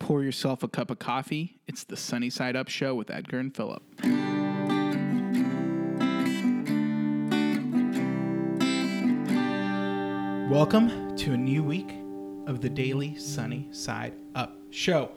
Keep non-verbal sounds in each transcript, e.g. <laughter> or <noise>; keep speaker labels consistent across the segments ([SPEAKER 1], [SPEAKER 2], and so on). [SPEAKER 1] Pour yourself a cup of coffee. It's the Sunny Side Up Show with Edgar and Philip. Welcome to a new week of the Daily Sunny Side Up Show.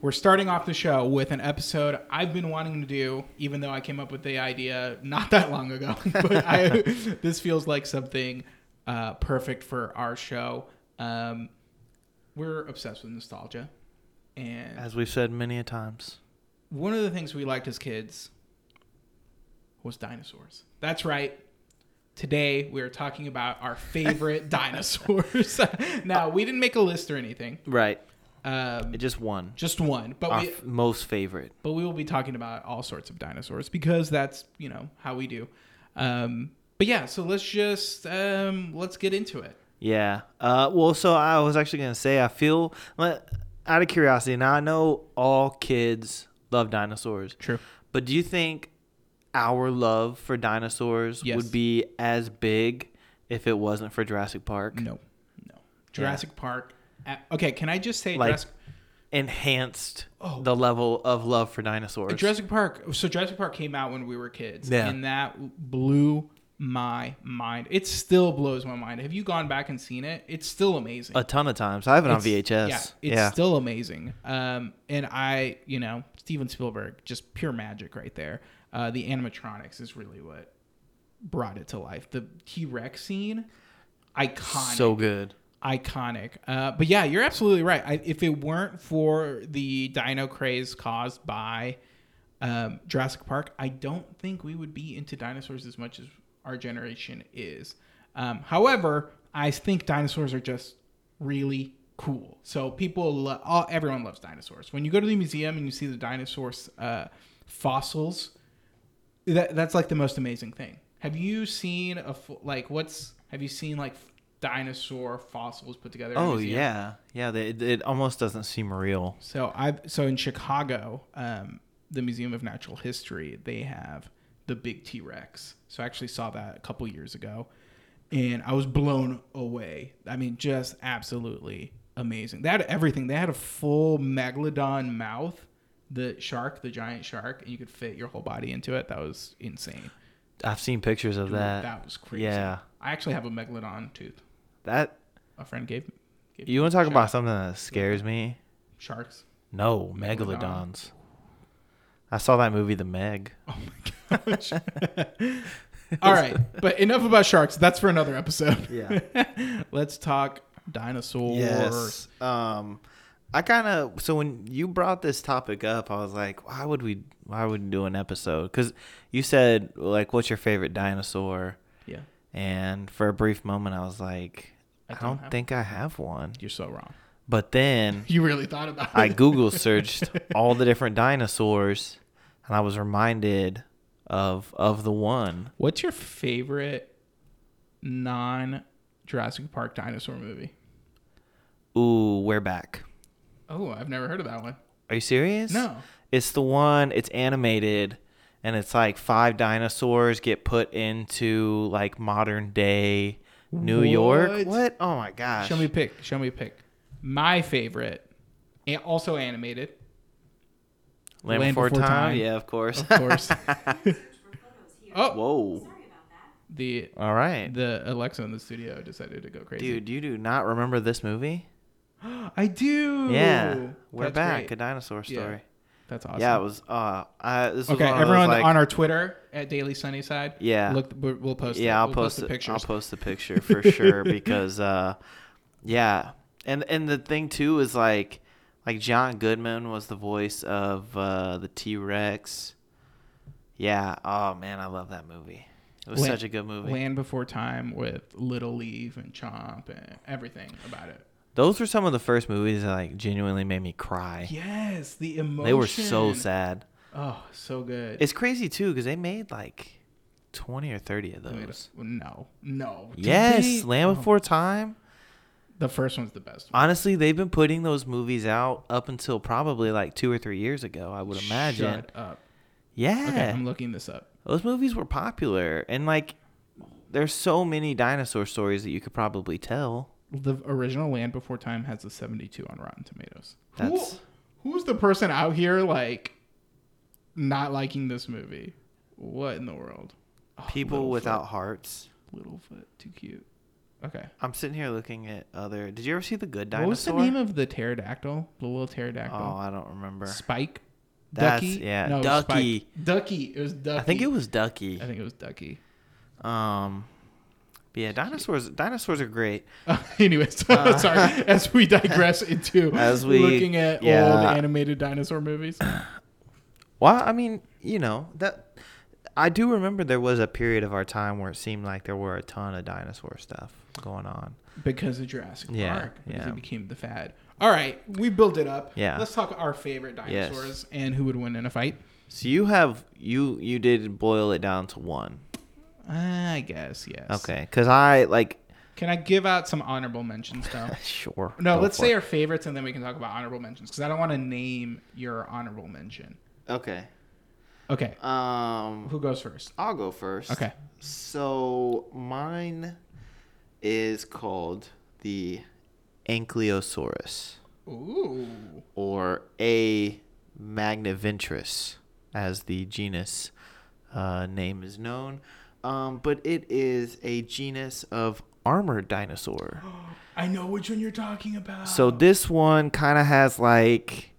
[SPEAKER 1] We're starting off the show with an episode I've been wanting to do, even though I came up with the idea not that long ago. <laughs> but I, this feels like something uh, perfect for our show. Um, we're obsessed with nostalgia. And
[SPEAKER 2] As we've said many a times.
[SPEAKER 1] one of the things we liked as kids was dinosaurs. That's right. Today we are talking about our
[SPEAKER 2] <laughs>
[SPEAKER 1] favorite dinosaurs. <laughs> now we didn't make a list or anything,
[SPEAKER 2] Right.
[SPEAKER 1] um,
[SPEAKER 2] It just won.
[SPEAKER 1] just one. But
[SPEAKER 2] Our
[SPEAKER 1] we
[SPEAKER 2] f- most favorite.
[SPEAKER 1] but we will be talking about all sorts of dinosaurs because that's you know how we do. Um, but yeah, so let's just um, let's get into it.
[SPEAKER 2] Yeah. Uh, well, so I was actually going to say, I feel, let- out of curiosity, now I know all kids love dinosaurs,
[SPEAKER 1] True.
[SPEAKER 2] but do you think our love for dinosaurs
[SPEAKER 1] Yes.
[SPEAKER 2] would be as big if it wasn't for Jurassic Park?
[SPEAKER 1] No, no. Jurassic Park. uh, Okay, can I just say
[SPEAKER 2] Like-
[SPEAKER 1] Jurassic,
[SPEAKER 2] Enhanced
[SPEAKER 1] Oh.
[SPEAKER 2] the level of love for dinosaurs.
[SPEAKER 1] Jurassic Park? So Jurassic Park came out when we were kids,
[SPEAKER 2] Yeah.
[SPEAKER 1] and that blew my mind. It still blows my mind. Have you gone back and seen it? It's still amazing.
[SPEAKER 2] a ton of times. I have it Uh, on
[SPEAKER 1] It's-
[SPEAKER 2] VHS.
[SPEAKER 1] Yeah,
[SPEAKER 2] Yeah.
[SPEAKER 1] it's still amazing. Um, and I, you know, Steven Spielberg, just pure magic right there. Uh, the animatronics is really what brought it to life. The T Rex scene, iconic,
[SPEAKER 2] so good.
[SPEAKER 1] iconic. Uh, but yeah, you're absolutely right. I, if it weren't for the dino craze caused by um, Jurassic Park, I don't think we would be into dinosaurs as much as our generation is. Um, however, I think dinosaurs are just really cool. So people, lo- all, everyone loves dinosaurs. When you go to the museum and you see the dinosaurs uh, fossils, that, that's like the most amazing thing. Have you seen a fo- like what's have you seen like dinosaur fossils put together? in a
[SPEAKER 2] Oh
[SPEAKER 1] museum?
[SPEAKER 2] yeah, yeah. They, it, it almost doesn't seem real.
[SPEAKER 1] So I've so in Chicago, um, the Museum of Natural History, they have the big T Rex. So I actually saw that a couple years ago, and I was blown away. I mean, just absolutely amazing. They had everything. They had a full megalodon mouth, the shark, the giant shark, and you could fit your whole body into it. That was insane.
[SPEAKER 2] I've seen pictures of
[SPEAKER 1] Dude,
[SPEAKER 2] that.
[SPEAKER 1] that was crazy.
[SPEAKER 2] Yeah,
[SPEAKER 1] I actually have a megalodon tooth.
[SPEAKER 2] that.
[SPEAKER 1] A friend gave, gave
[SPEAKER 2] You want to talk
[SPEAKER 1] Sure.
[SPEAKER 2] about something that scares me?
[SPEAKER 1] sharks.
[SPEAKER 2] No,
[SPEAKER 1] Megalodon.
[SPEAKER 2] megalodons. I saw that movie, The Meg.
[SPEAKER 1] Oh my gosh. All right, but enough about sharks. That's for another episode.
[SPEAKER 2] Yeah.
[SPEAKER 1] Let's talk dinosaurs.
[SPEAKER 2] Yes. Um, I kind of so when you brought this topic up, I was like, why would we? Why would we do an episode? Because you said like, what's your favorite dinosaur?
[SPEAKER 1] Yeah.
[SPEAKER 2] And for a brief moment, I was like,
[SPEAKER 1] I
[SPEAKER 2] I,
[SPEAKER 1] don't
[SPEAKER 2] don't
[SPEAKER 1] have-
[SPEAKER 2] think I have one.
[SPEAKER 1] You're so wrong.
[SPEAKER 2] But then
[SPEAKER 1] You really thought about it.
[SPEAKER 2] I Google searched all the different dinosaurs, and I was reminded of of the one.
[SPEAKER 1] <laughs> What's your favorite non Jurassic Park dinosaur movie?
[SPEAKER 2] Ooh, we're back.
[SPEAKER 1] Oh, I've never heard of that one.
[SPEAKER 2] Are you serious?
[SPEAKER 1] No.
[SPEAKER 2] It's the one. It's animated, and it's like five dinosaurs get put into like modern day New York.
[SPEAKER 1] What?
[SPEAKER 2] What? Oh my gosh!
[SPEAKER 1] Show me a pick. Show me a pick. My favorite, a- also animated,
[SPEAKER 2] Land,
[SPEAKER 1] Land
[SPEAKER 2] Before,
[SPEAKER 1] Before
[SPEAKER 2] time.
[SPEAKER 1] Time.
[SPEAKER 2] Yeah, of course.
[SPEAKER 1] of course. <laughs> oh,
[SPEAKER 2] <laughs> Whoa!
[SPEAKER 1] the
[SPEAKER 2] All right,
[SPEAKER 1] the Alexa in the studio decided to go crazy.
[SPEAKER 2] dude. You do not remember this movie?
[SPEAKER 1] I do.
[SPEAKER 2] yeah, we're
[SPEAKER 1] That's
[SPEAKER 2] back.
[SPEAKER 1] great.
[SPEAKER 2] A dinosaur
[SPEAKER 1] Yeah.
[SPEAKER 2] story.
[SPEAKER 1] That's awesome.
[SPEAKER 2] Yeah, it was. Uh, I, this was
[SPEAKER 1] okay,
[SPEAKER 2] one of those,
[SPEAKER 1] everyone
[SPEAKER 2] like-
[SPEAKER 1] on our Twitter at Daily Sunnyside.
[SPEAKER 2] Yeah.
[SPEAKER 1] look, we'll we'll post. it.
[SPEAKER 2] yeah, I'll
[SPEAKER 1] We'll
[SPEAKER 2] post,
[SPEAKER 1] the
[SPEAKER 2] it.
[SPEAKER 1] pictures.
[SPEAKER 2] I'll
[SPEAKER 1] <laughs>
[SPEAKER 2] post the picture for sure because uh, yeah, and and the thing too is like like John Goodman was the voice of uh, the T Rex. Yeah. Oh man, I love that movie. It was
[SPEAKER 1] Land-
[SPEAKER 2] such a good movie.
[SPEAKER 1] Land Before Time with Little Leave and Chomp and everything about it.
[SPEAKER 2] Those were some of the first movies that like genuinely made me cry.
[SPEAKER 1] Yes, the emotion.
[SPEAKER 2] they were so sad.
[SPEAKER 1] Oh, so good.
[SPEAKER 2] It's crazy too because they made like twenty or thirty of
[SPEAKER 1] Wait,
[SPEAKER 2] those.
[SPEAKER 1] no, no. Did
[SPEAKER 2] Yes,
[SPEAKER 1] they- Oh.
[SPEAKER 2] Land Before Time.
[SPEAKER 1] The first one's the best. one.
[SPEAKER 2] Honestly, they've been putting those movies out up until probably like two or three years ago, I would imagine.
[SPEAKER 1] Shut up.
[SPEAKER 2] Yeah.
[SPEAKER 1] Okay, I'm looking this up.
[SPEAKER 2] those movies were popular. And like, there's so many dinosaur stories that you could probably tell.
[SPEAKER 1] The original Land Before Time has a 72 on Rotten Tomatoes. Who- Oh,
[SPEAKER 2] That's-
[SPEAKER 1] who, the person out here like not liking this movie? What in the world? Oh,
[SPEAKER 2] People
[SPEAKER 1] Littlefoot.
[SPEAKER 2] without hearts.
[SPEAKER 1] Littlefoot, too cute. Okay.
[SPEAKER 2] I'm sitting here looking at other. Did you ever see the Good
[SPEAKER 1] What was the
[SPEAKER 2] Dinosaur?
[SPEAKER 1] name of the pterodactyl? The little pterodactyl.
[SPEAKER 2] Oh, I don't remember.
[SPEAKER 1] Spike.
[SPEAKER 2] That's-
[SPEAKER 1] Ducky.
[SPEAKER 2] yeah,
[SPEAKER 1] No, Spike.
[SPEAKER 2] Ducky.
[SPEAKER 1] Ducky. It was Ducky.
[SPEAKER 2] I think it was Ducky.
[SPEAKER 1] I think it was Ducky.
[SPEAKER 2] Um, but yeah, dinosaurs. Dinosaurs are great.
[SPEAKER 1] Uh, <laughs> anyways,
[SPEAKER 2] <laughs>
[SPEAKER 1] sorry. As we digress into
[SPEAKER 2] As we-
[SPEAKER 1] looking at old
[SPEAKER 2] yeah.
[SPEAKER 1] animated dinosaur movies.
[SPEAKER 2] Well, I mean, you know that. I do remember there was a period of our time where it seemed like there were a ton of dinosaur stuff going on.
[SPEAKER 1] because of Jurassic
[SPEAKER 2] Yeah,
[SPEAKER 1] Park, because
[SPEAKER 2] yeah.
[SPEAKER 1] it became the fad. All right, we built it up.
[SPEAKER 2] Yeah.
[SPEAKER 1] Let's talk our favorite dinosaurs and who would win in a fight.
[SPEAKER 2] So you have you you did boil it down to one.
[SPEAKER 1] I guess yes.
[SPEAKER 2] Okay, because I like
[SPEAKER 1] Can I give out some honorable mentions though?
[SPEAKER 2] <laughs> sure.
[SPEAKER 1] No,
[SPEAKER 2] go
[SPEAKER 1] let's
[SPEAKER 2] for
[SPEAKER 1] say
[SPEAKER 2] it.
[SPEAKER 1] our favorites and then we can talk about honorable mentions because I don't want to name your honorable mention.
[SPEAKER 2] okay.
[SPEAKER 1] Okay,
[SPEAKER 2] Um,
[SPEAKER 1] who goes first?
[SPEAKER 2] I'll go first.
[SPEAKER 1] Okay.
[SPEAKER 2] So mine is called the Ankylosaurus
[SPEAKER 1] Ooh, <gasps>
[SPEAKER 2] or A. magnaventris, as the genus uh, name is known. Um, but it is a genus of
[SPEAKER 1] <gasps>
[SPEAKER 2] armored dinosaur.
[SPEAKER 1] I know which one you're talking about.
[SPEAKER 2] So this one kind of has like,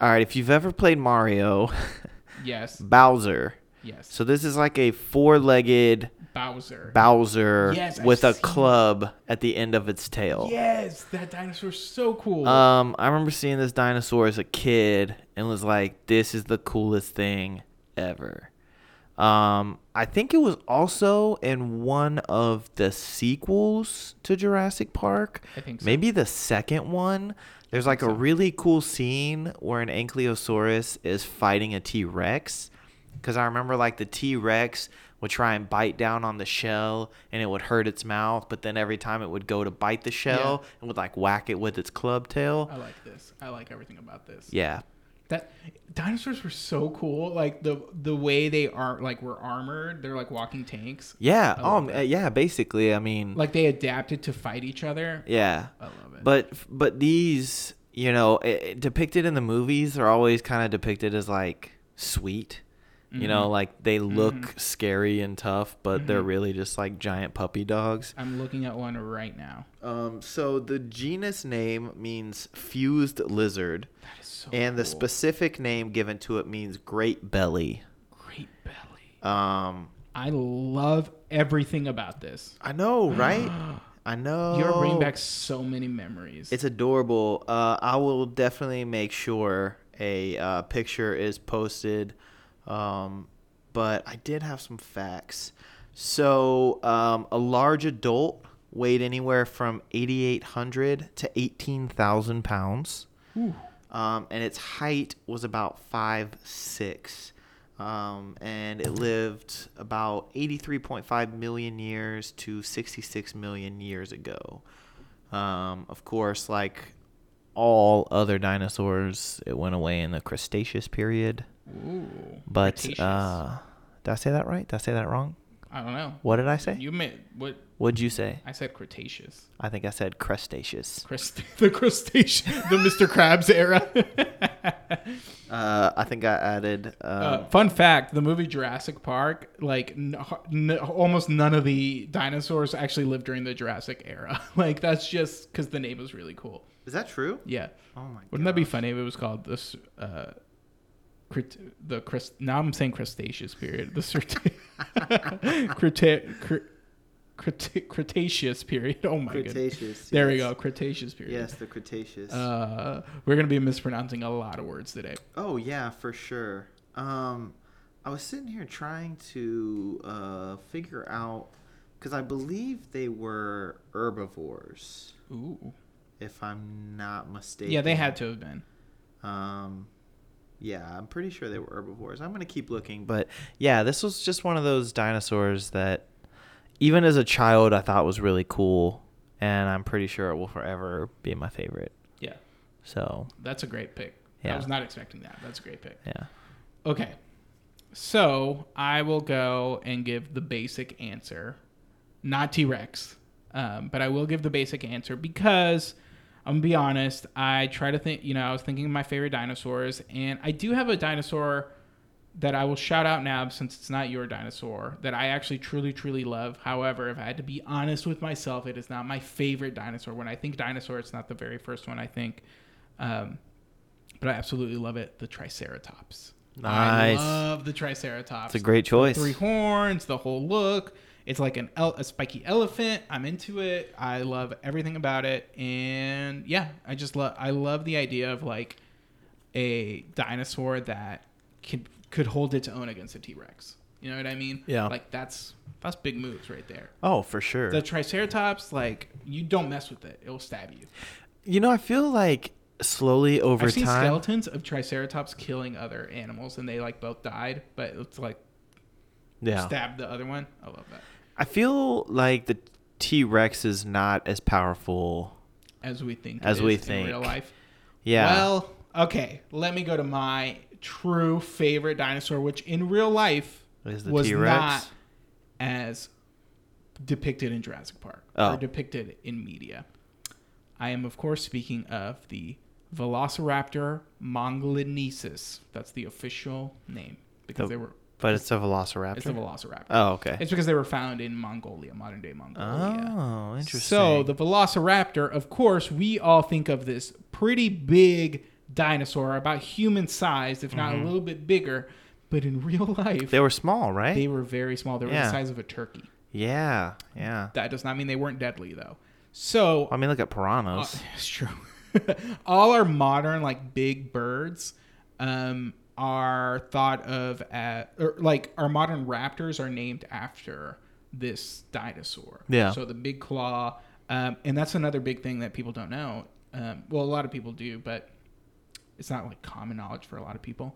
[SPEAKER 2] all right, if you've ever played Mario, <laughs>
[SPEAKER 1] yes,
[SPEAKER 2] Bowser.
[SPEAKER 1] yes,
[SPEAKER 2] So this is like a four-legged
[SPEAKER 1] Bowser.
[SPEAKER 2] Bowser
[SPEAKER 1] Yes, I've
[SPEAKER 2] with a
[SPEAKER 1] seen-
[SPEAKER 2] club at the end of its tail.
[SPEAKER 1] yes, that dinosaur's so cool.
[SPEAKER 2] Um, I remember seeing this dinosaur as a kid and was like, "This is the coolest thing ever." Um, I think it was also in one of the sequels to Jurassic Park.
[SPEAKER 1] I think so.
[SPEAKER 2] Maybe the second one. There's like a really cool scene where an Ankylosaurus is fighting a T Rex. Because I remember like the T Rex would try and bite down on the shell and it would hurt its mouth, but then every time it would go to bite the shell, it would like whack it with its club tail.
[SPEAKER 1] I like this. I like everything about this.
[SPEAKER 2] Yeah.
[SPEAKER 1] That dinosaurs were so cool. Like the the way they are like were armored. They're like walking tanks.
[SPEAKER 2] Yeah.
[SPEAKER 1] love
[SPEAKER 2] Um, yeah, basically. I mean,
[SPEAKER 1] Like they adapted to fight each other.
[SPEAKER 2] yeah.
[SPEAKER 1] I love it.
[SPEAKER 2] But but these, you know, i i- depicted in the movies are always kind of depicted as like sweet. You
[SPEAKER 1] Mm-hmm.
[SPEAKER 2] know, like they look scary and tough, but they're really just like giant puppy dogs.
[SPEAKER 1] I'm looking at one right now.
[SPEAKER 2] Um, so the genus name means fused lizard,
[SPEAKER 1] That is so
[SPEAKER 2] and the
[SPEAKER 1] cool.
[SPEAKER 2] specific name given to it means great belly.
[SPEAKER 1] great belly.
[SPEAKER 2] Um,
[SPEAKER 1] I love everything about this.
[SPEAKER 2] I know, right? I know.
[SPEAKER 1] You're bringing back so many memories.
[SPEAKER 2] It's adorable. Uh, I will definitely make sure a uh, picture is posted. Um, but I did have some facts. So, um, a large adult weighed anywhere from 8,800 to 18,000 pounds.
[SPEAKER 1] Ooh.
[SPEAKER 2] Um, and its height was about five six. Um, and it lived about 83.5 million years to 66 million years ago. Um, of course, like all other dinosaurs, it went away in the Cretaceous period.
[SPEAKER 1] Ooh.
[SPEAKER 2] But
[SPEAKER 1] Cretaceous.
[SPEAKER 2] uh, did I say that right? Did I say that wrong?
[SPEAKER 1] I don't know.
[SPEAKER 2] What did I say?
[SPEAKER 1] You meant what?
[SPEAKER 2] What'd you say?
[SPEAKER 1] I said Cretaceous.
[SPEAKER 2] I think I said Cretaceous.
[SPEAKER 1] Crust- <laughs> the crustacean, the Mr. Krabs era.
[SPEAKER 2] Uh, I think I added. Uh,
[SPEAKER 1] Uh, fun fact: the movie Jurassic Park, like n- n- almost none of the dinosaurs actually lived during the Jurassic era. <laughs> like that's just because the name was really cool.
[SPEAKER 2] is that true?
[SPEAKER 1] Yeah,
[SPEAKER 2] Oh my god.
[SPEAKER 1] wouldn't that be funny if it was called this? Uh, crit- the crust. Now I'm saying crustaceous period. The <laughs> cert- crita- cr- crita- Cretaceous period. <laughs> Oh my goodness.
[SPEAKER 2] Cretaceous.
[SPEAKER 1] There we
[SPEAKER 2] yes.
[SPEAKER 1] go. Cretaceous period.
[SPEAKER 2] Yes, the Cretaceous.
[SPEAKER 1] Uh, we're gonna be mispronouncing a lot of words today.
[SPEAKER 2] oh yeah, for sure. Um, I was sitting here trying to uh, figure out because I believe they were herbivores,
[SPEAKER 1] Ooh.
[SPEAKER 2] if I'm not mistaken.
[SPEAKER 1] Yeah, they had to have been.
[SPEAKER 2] Um, yeah, I'm pretty sure they were herbivores. I'm gonna keep looking, but yeah, this was just one of those dinosaurs that, even as a child, I thought was really cool, and I'm pretty sure it will forever be my favorite.
[SPEAKER 1] Yeah.
[SPEAKER 2] So
[SPEAKER 1] That's a great pick. I
[SPEAKER 2] Yeah.
[SPEAKER 1] was not expecting that. That's a great pick.
[SPEAKER 2] yeah.
[SPEAKER 1] Okay. So I will go and give the basic answer. Not T Rex, um, but I will give the basic answer because I'm gonna be honest. I try to think. You know, I was thinking of my favorite dinosaurs, and I do have a dinosaur that I will shout out now since it's not your dinosaur that I actually truly truly love. However, if I had to be honest with myself, it is not my favorite dinosaur. When I think dinosaur, it's not the very first one I think. Um, but I absolutely love it. The Triceratops.
[SPEAKER 2] Nice.
[SPEAKER 1] I love the Triceratops.
[SPEAKER 2] It's a great choice.
[SPEAKER 1] Three horns, the whole look. It's like an el- a spiky elephant. I'm into it. I love everything about it. And yeah, I just love I love the idea of like a dinosaur that could could hold its own against a T-Rex. You know what I mean?
[SPEAKER 2] Yeah.
[SPEAKER 1] Like that's that's big moves right there.
[SPEAKER 2] Oh, for sure.
[SPEAKER 1] The Triceratops, like you don't mess with it; it will stab you.
[SPEAKER 2] you know, I feel like slowly over
[SPEAKER 1] I've seen
[SPEAKER 2] time.
[SPEAKER 1] skeletons of Triceratops killing other animals, and they like both died, but it's like
[SPEAKER 2] yeah.
[SPEAKER 1] stabbed the other one. I love that.
[SPEAKER 2] I feel like the T Rex is not as powerful.
[SPEAKER 1] As we think, it
[SPEAKER 2] As we
[SPEAKER 1] is
[SPEAKER 2] think.
[SPEAKER 1] in real life.
[SPEAKER 2] Yeah.
[SPEAKER 1] Well, okay. Let me go to my true favorite dinosaur, which in real life
[SPEAKER 2] Is the
[SPEAKER 1] was
[SPEAKER 2] T-Rex?
[SPEAKER 1] not as depicted in Jurassic Park
[SPEAKER 2] Oh.
[SPEAKER 1] or depicted in media. I am, of course, speaking of the Velociraptor mongolinesis. That's the official name because
[SPEAKER 2] The-
[SPEAKER 1] they were.
[SPEAKER 2] but it's a Velociraptor.
[SPEAKER 1] It's the Velociraptor.
[SPEAKER 2] oh, okay.
[SPEAKER 1] It's because they were found in Mongolia, modern day Mongolia.
[SPEAKER 2] Oh, interesting.
[SPEAKER 1] So the Velociraptor, of course, we all think of this pretty big dinosaur, about human sized, if not a little bit bigger. But in real <laughs> life,
[SPEAKER 2] Mm-hmm. they were small, right?
[SPEAKER 1] they were very small. They were
[SPEAKER 2] Yeah.
[SPEAKER 1] the size of a turkey.
[SPEAKER 2] yeah, yeah.
[SPEAKER 1] That does not mean they weren't deadly, though. So
[SPEAKER 2] I mean, look at piranhas.
[SPEAKER 1] uh, it's true. <laughs> All our modern like big birds um, are thought of as or, like our modern raptors are named after this dinosaur.
[SPEAKER 2] Yeah.
[SPEAKER 1] So the big claw, um, and that's another big thing that people don't know. Um, well, a lot of people do, but it's not like common knowledge for a lot of people.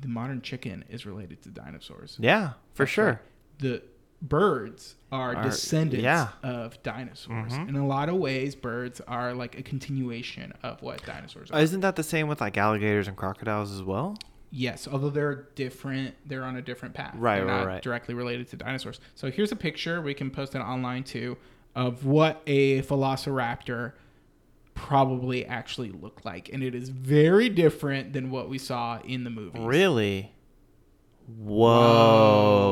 [SPEAKER 1] The modern chicken is related to dinosaurs.
[SPEAKER 2] yeah, for sure.
[SPEAKER 1] The birds are,
[SPEAKER 2] Are-
[SPEAKER 1] descendants
[SPEAKER 2] yeah. Mm-hmm.
[SPEAKER 1] of dinosaurs. In a lot of ways, birds are like a continuation of what dinosaurs are.
[SPEAKER 2] Uh, Isn't that the same with like alligators and crocodiles as well?
[SPEAKER 1] yes, although they're different, they're on a different path.
[SPEAKER 2] Right,
[SPEAKER 1] they're
[SPEAKER 2] right,
[SPEAKER 1] not
[SPEAKER 2] right.
[SPEAKER 1] directly related to dinosaurs. So here's a picture we can post it online too of what a velociraptor probably actually looked like, and it is very different than what we saw in the movie.
[SPEAKER 2] Really? Whoa,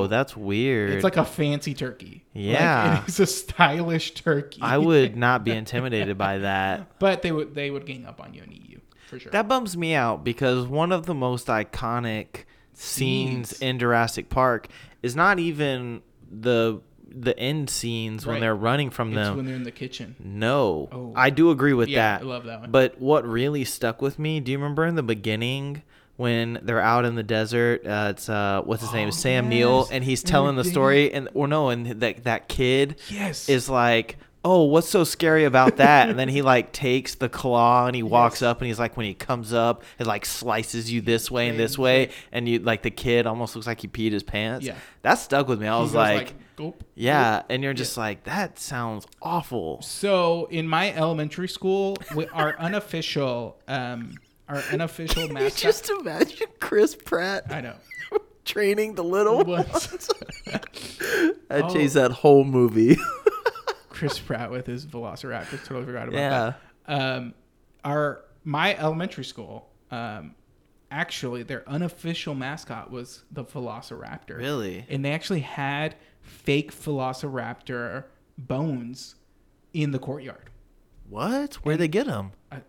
[SPEAKER 1] Whoa.
[SPEAKER 2] that's weird.
[SPEAKER 1] It's like a fancy turkey. Like,
[SPEAKER 2] Yeah.
[SPEAKER 1] it is a stylish turkey. <laughs>
[SPEAKER 2] I would not be intimidated by that.
[SPEAKER 1] But they would they would gang up on you and eat you for sure.
[SPEAKER 2] That bums me out because one of the most iconic scenes
[SPEAKER 1] Scenes.
[SPEAKER 2] in Jurassic Park is not even the the end scenes when
[SPEAKER 1] Right.
[SPEAKER 2] they're running from
[SPEAKER 1] it's
[SPEAKER 2] them.
[SPEAKER 1] when they're in the kitchen.
[SPEAKER 2] No,
[SPEAKER 1] Oh.
[SPEAKER 2] I do agree with
[SPEAKER 1] Yeah,
[SPEAKER 2] that.
[SPEAKER 1] I love that one.
[SPEAKER 2] But what really stuck with me? Do you remember in the beginning when they're out in the desert? Uh, it's uh, what's his
[SPEAKER 1] Oh,
[SPEAKER 2] name, Sam Neill,
[SPEAKER 1] yes.
[SPEAKER 2] and he's
[SPEAKER 1] And they're
[SPEAKER 2] telling the
[SPEAKER 1] digging-
[SPEAKER 2] story, and or no, and that that kid
[SPEAKER 1] Yes.
[SPEAKER 2] is like, oh, what's so scary about that? and then he like takes the claw and he walks
[SPEAKER 1] Yes.
[SPEAKER 2] up, and he's like, when he comes up, it like slices you this way and this
[SPEAKER 1] Crazy.
[SPEAKER 2] way, and you like the kid almost looks like he peed his pants.
[SPEAKER 1] Yeah.
[SPEAKER 2] that stuck with me. I
[SPEAKER 1] He
[SPEAKER 2] was
[SPEAKER 1] goes
[SPEAKER 2] like.
[SPEAKER 1] gulp,
[SPEAKER 2] yeah,
[SPEAKER 1] gulp.
[SPEAKER 2] and you're just like that sounds awful.
[SPEAKER 1] So in my elementary school, we, our <laughs> unofficial um our unofficial
[SPEAKER 2] <laughs> you
[SPEAKER 1] mascot.
[SPEAKER 2] just imagine Chris Pratt
[SPEAKER 1] I know.
[SPEAKER 2] <laughs> training the little <laughs>
[SPEAKER 1] Was
[SPEAKER 2] I
[SPEAKER 1] Oh.
[SPEAKER 2] changed that whole movie. <laughs>
[SPEAKER 1] Chris Pratt with his Velociraptor? Totally forgot about that.
[SPEAKER 2] yeah.
[SPEAKER 1] um, our my elementary school um, actually their unofficial mascot was the velociraptor
[SPEAKER 2] Really?
[SPEAKER 1] and they actually had fake velociraptor bones in the courtyard
[SPEAKER 2] What? Where'd they get him?
[SPEAKER 1] i, I,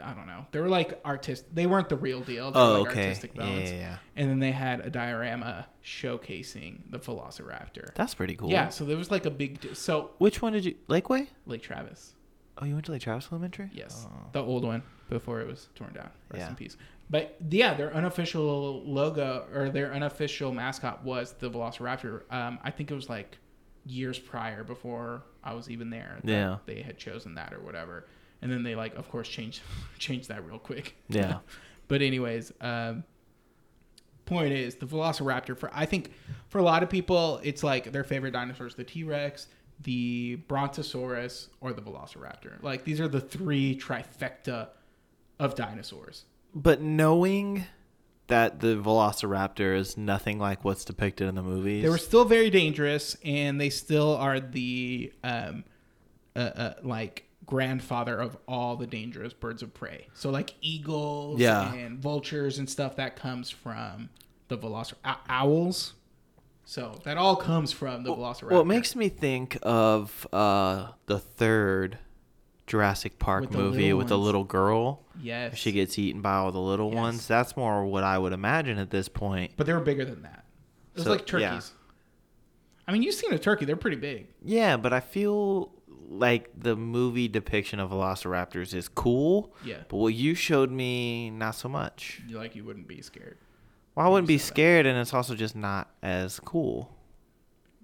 [SPEAKER 1] I don't know they were like artist they weren't the real deal they
[SPEAKER 2] Oh,
[SPEAKER 1] were like
[SPEAKER 2] okay.
[SPEAKER 1] artistic
[SPEAKER 2] Yeah, yeah,
[SPEAKER 1] bones
[SPEAKER 2] yeah.
[SPEAKER 1] and then they had a diorama showcasing the velociraptor
[SPEAKER 2] That's pretty cool.
[SPEAKER 1] yeah so there was like a big d- so
[SPEAKER 2] Which one did you Lakeway?
[SPEAKER 1] lake travis
[SPEAKER 2] Oh, you went to Lake Travis Elementary?
[SPEAKER 1] Yes,
[SPEAKER 2] Oh.
[SPEAKER 1] Uh, the old one before it was torn down. Rest
[SPEAKER 2] Yeah.
[SPEAKER 1] in peace. But yeah, their unofficial logo or their unofficial mascot was the Velociraptor. Um, I think it was like years prior before I was even there. that
[SPEAKER 2] Yeah.
[SPEAKER 1] they had chosen that or whatever, and then they like, of course, changed <laughs> changed that real quick.
[SPEAKER 2] Yeah.
[SPEAKER 1] <laughs> but anyways, um, point is the Velociraptor. For I think for a lot of people, it's like their favorite dinosaurs: the T Rex, the Brontosaurus, or the Velociraptor. Like these are the three trifecta of dinosaurs.
[SPEAKER 2] But knowing that the Velociraptor is nothing like what's depicted in the movies.
[SPEAKER 1] They were still very dangerous, and they still are the um, uh, uh, like grandfather of all the dangerous birds of prey. So like eagles
[SPEAKER 2] Yeah.
[SPEAKER 1] and vultures and stuff that comes from the velocir o- owls. So that all comes from the velociraptor.
[SPEAKER 2] Well, it makes me think of uh, the third Jurassic Park
[SPEAKER 1] With the
[SPEAKER 2] movie
[SPEAKER 1] little
[SPEAKER 2] with the
[SPEAKER 1] ones.
[SPEAKER 2] little girl.
[SPEAKER 1] yes.
[SPEAKER 2] She gets eaten by all the little
[SPEAKER 1] Yes.
[SPEAKER 2] ones. That's more what I would imagine at this point.
[SPEAKER 1] but they were bigger than that. It was
[SPEAKER 2] So,
[SPEAKER 1] like turkeys.
[SPEAKER 2] yeah.
[SPEAKER 1] I mean, you've seen a turkey; they're pretty big.
[SPEAKER 2] Yeah, but I feel like the movie depiction of velociraptors is cool.
[SPEAKER 1] Yeah.
[SPEAKER 2] But what you showed me, not so much.
[SPEAKER 1] You- Like you wouldn't be scared.
[SPEAKER 2] Well, I wouldn't be
[SPEAKER 1] said that.
[SPEAKER 2] scared, and it's also just not as cool.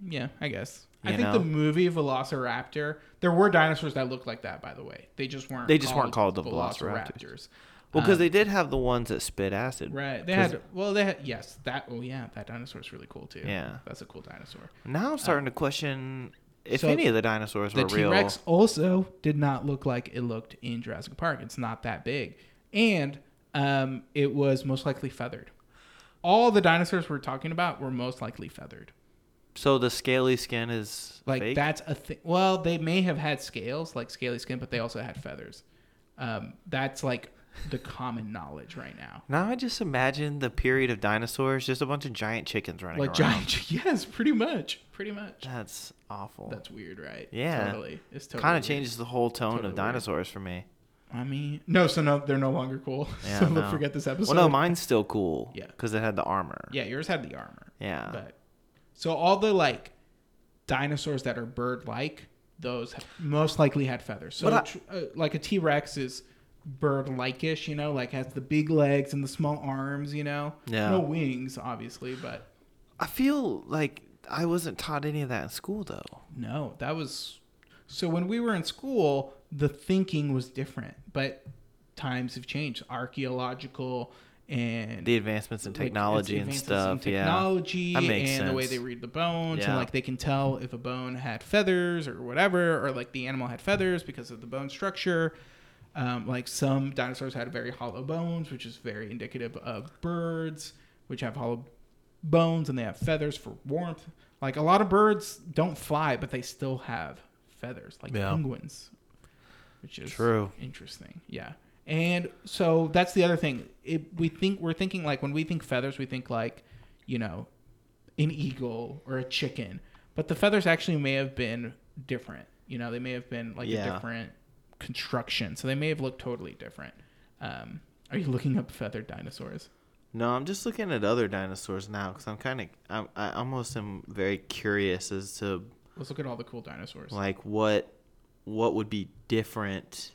[SPEAKER 1] Yeah, I guess. I
[SPEAKER 2] You
[SPEAKER 1] think
[SPEAKER 2] know?
[SPEAKER 1] the movie Velociraptor. There were dinosaurs that looked like that, by the way. They just weren't.
[SPEAKER 2] They just weren't called the Velociraptors. Well, because
[SPEAKER 1] Um,
[SPEAKER 2] they did have the ones that spit acid.
[SPEAKER 1] Right. They
[SPEAKER 2] 'Cause
[SPEAKER 1] had. Well, they had. Yes. That. Oh, yeah. That dinosaur's really cool too.
[SPEAKER 2] Yeah.
[SPEAKER 1] That's a cool dinosaur.
[SPEAKER 2] Now I'm starting to question if
[SPEAKER 1] Uh, so
[SPEAKER 2] any of the dinosaurs
[SPEAKER 1] The
[SPEAKER 2] were
[SPEAKER 1] T
[SPEAKER 2] real.
[SPEAKER 1] Rex also did not look like it looked in Jurassic Park. It's not that big, and um, it was most likely feathered. All the dinosaurs we're talking about were most likely feathered.
[SPEAKER 2] So the scaly skin is
[SPEAKER 1] Like
[SPEAKER 2] fake?
[SPEAKER 1] that's a thing. Well, they may have had scales, like scaly skin, but they also had feathers. Um, that's like the common knowledge right now.
[SPEAKER 2] Now I just imagine the period of dinosaurs, just a bunch of giant chickens running
[SPEAKER 1] Like
[SPEAKER 2] around.
[SPEAKER 1] giant, <laughs> yes, pretty much, pretty much.
[SPEAKER 2] That's awful.
[SPEAKER 1] That's weird, right?
[SPEAKER 2] Yeah.
[SPEAKER 1] totally. It's totally
[SPEAKER 2] kind
[SPEAKER 1] weird.
[SPEAKER 2] of changes the whole tone
[SPEAKER 1] Totally
[SPEAKER 2] of
[SPEAKER 1] weird.
[SPEAKER 2] dinosaurs for me.
[SPEAKER 1] I mean, no, so no, they're no longer cool. <laughs>
[SPEAKER 2] Yeah,
[SPEAKER 1] so we'll
[SPEAKER 2] no.
[SPEAKER 1] forget this episode.
[SPEAKER 2] Well, no, mine's still cool.
[SPEAKER 1] Yeah.
[SPEAKER 2] because it had the armor.
[SPEAKER 1] yeah, yours had the armor.
[SPEAKER 2] Yeah.
[SPEAKER 1] But so all the like dinosaurs that are bird-like, those most likely had feathers. So
[SPEAKER 2] But I-
[SPEAKER 1] tr- uh, like a T-Rex is bird-like-ish, you know, like has the big legs and the small arms, you know.
[SPEAKER 2] Yeah.
[SPEAKER 1] No wings, obviously, but
[SPEAKER 2] I feel like I wasn't taught any of that in school though.
[SPEAKER 1] no, that was so when we were in school, the thinking was different, but times have changed. Archaeological and
[SPEAKER 2] The advancements in
[SPEAKER 1] like,
[SPEAKER 2] technology
[SPEAKER 1] it's
[SPEAKER 2] and
[SPEAKER 1] advances
[SPEAKER 2] stuff.
[SPEAKER 1] in
[SPEAKER 2] yeah.
[SPEAKER 1] technology
[SPEAKER 2] That makes
[SPEAKER 1] and the way
[SPEAKER 2] sense.
[SPEAKER 1] they read the bones
[SPEAKER 2] Yeah.
[SPEAKER 1] and like they can tell if a bone had feathers or whatever or like the animal had feathers because of the bone structure um, like some dinosaurs had very hollow bones which is very indicative of birds which have hollow bones and they have feathers for warmth like a lot of birds don't fly but they still have feathers like
[SPEAKER 2] Yeah.
[SPEAKER 1] penguins which is
[SPEAKER 2] True.
[SPEAKER 1] interesting yeah and so that's the other thing it, we think we're thinking like when we think feathers we think like you know an eagle or a chicken but the feathers actually may have been different you know they may have been like
[SPEAKER 2] Yeah.
[SPEAKER 1] a different construction so they may have looked totally different um, are you looking up feathered dinosaurs
[SPEAKER 2] No, I'm just looking at other dinosaurs now because I'm kind of I, I almost am very curious as to
[SPEAKER 1] let's look at all the cool dinosaurs
[SPEAKER 2] like what what would be different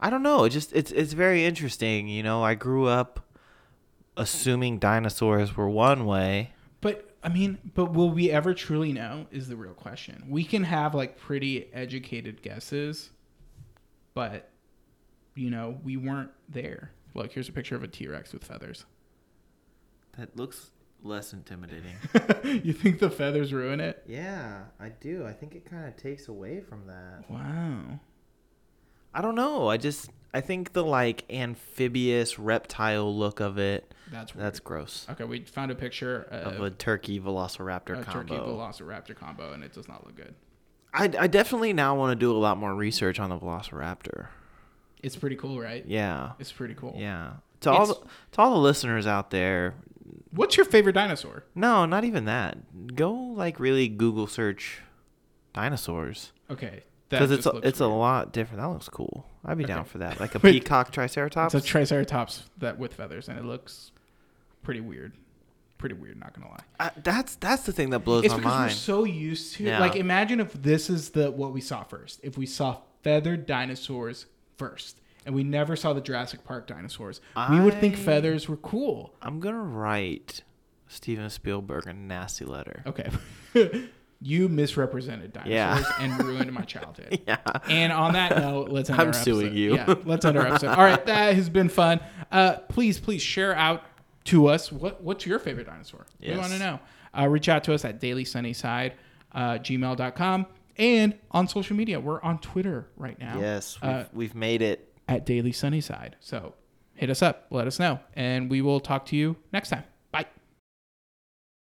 [SPEAKER 2] i don't know it just it's it's very interesting you know i grew up assuming dinosaurs were one way
[SPEAKER 1] But I mean, but will we ever truly know is the real question. We can have like pretty educated guesses, but you know, we weren't there. Look, here's a picture of a T-Rex with feathers. <laughs>
[SPEAKER 2] that looks less intimidating
[SPEAKER 1] you think the feathers ruin it?
[SPEAKER 2] yeah i do i think it kind of takes away from that
[SPEAKER 1] Wow.
[SPEAKER 2] i don't know i just i think the like amphibious reptile look of it
[SPEAKER 1] That's weird.
[SPEAKER 2] that's gross
[SPEAKER 1] Okay, we found a picture
[SPEAKER 2] of
[SPEAKER 1] of,
[SPEAKER 2] a turkey velociraptor
[SPEAKER 1] a
[SPEAKER 2] combo
[SPEAKER 1] turkey velociraptor combo and it does not look good.
[SPEAKER 2] I, I definitely now want to do a lot more research on the velociraptor
[SPEAKER 1] It's pretty cool, right?
[SPEAKER 2] yeah
[SPEAKER 1] It's pretty cool.
[SPEAKER 2] Yeah. To all the,
[SPEAKER 1] It's-
[SPEAKER 2] to all the listeners out there,
[SPEAKER 1] What's your favorite dinosaur?
[SPEAKER 2] no, not even that. Go like really Google search dinosaurs
[SPEAKER 1] Okay. that
[SPEAKER 2] because it's
[SPEAKER 1] just
[SPEAKER 2] a,
[SPEAKER 1] looks
[SPEAKER 2] it's a
[SPEAKER 1] weird.
[SPEAKER 2] lot different. That looks cool. I'd be
[SPEAKER 1] Okay.
[SPEAKER 2] down for that. Like a
[SPEAKER 1] <laughs> Wait.
[SPEAKER 2] peacock triceratops.
[SPEAKER 1] It's a triceratops that with feathers, and it looks pretty weird. Pretty weird, not gonna lie.
[SPEAKER 2] I- that's that's the thing that blows
[SPEAKER 1] it's
[SPEAKER 2] my
[SPEAKER 1] because we're
[SPEAKER 2] mind.
[SPEAKER 1] so used to
[SPEAKER 2] Yeah.
[SPEAKER 1] like imagine if this is the what we saw first. If we saw feathered dinosaurs first, and we never saw the Jurassic Park dinosaurs, we would think
[SPEAKER 2] I-
[SPEAKER 1] feathers were cool.
[SPEAKER 2] I'm gonna write Steven Spielberg a nasty letter.
[SPEAKER 1] Okay. <laughs> You misrepresented
[SPEAKER 2] Yeah.
[SPEAKER 1] dinosaurs and ruined my
[SPEAKER 2] <laughs>
[SPEAKER 1] childhood.
[SPEAKER 2] <laughs> Yeah.
[SPEAKER 1] And on that note, let's end our
[SPEAKER 2] I'm
[SPEAKER 1] episode.
[SPEAKER 2] suing you.
[SPEAKER 1] Yeah, let's end our episode. All right, that has been fun. Uh, please, please share out to us what what's your favorite dinosaur. We
[SPEAKER 2] Yes.
[SPEAKER 1] want to know. Uh, reach out to us at dailysunnyside uh, gmail.com and on social media. We're on Twitter right now.
[SPEAKER 2] Yes, we've,
[SPEAKER 1] Uh,
[SPEAKER 2] we've made it.
[SPEAKER 1] at Daily Sunnyside. So hit us up, let us know, and we will talk to you next time.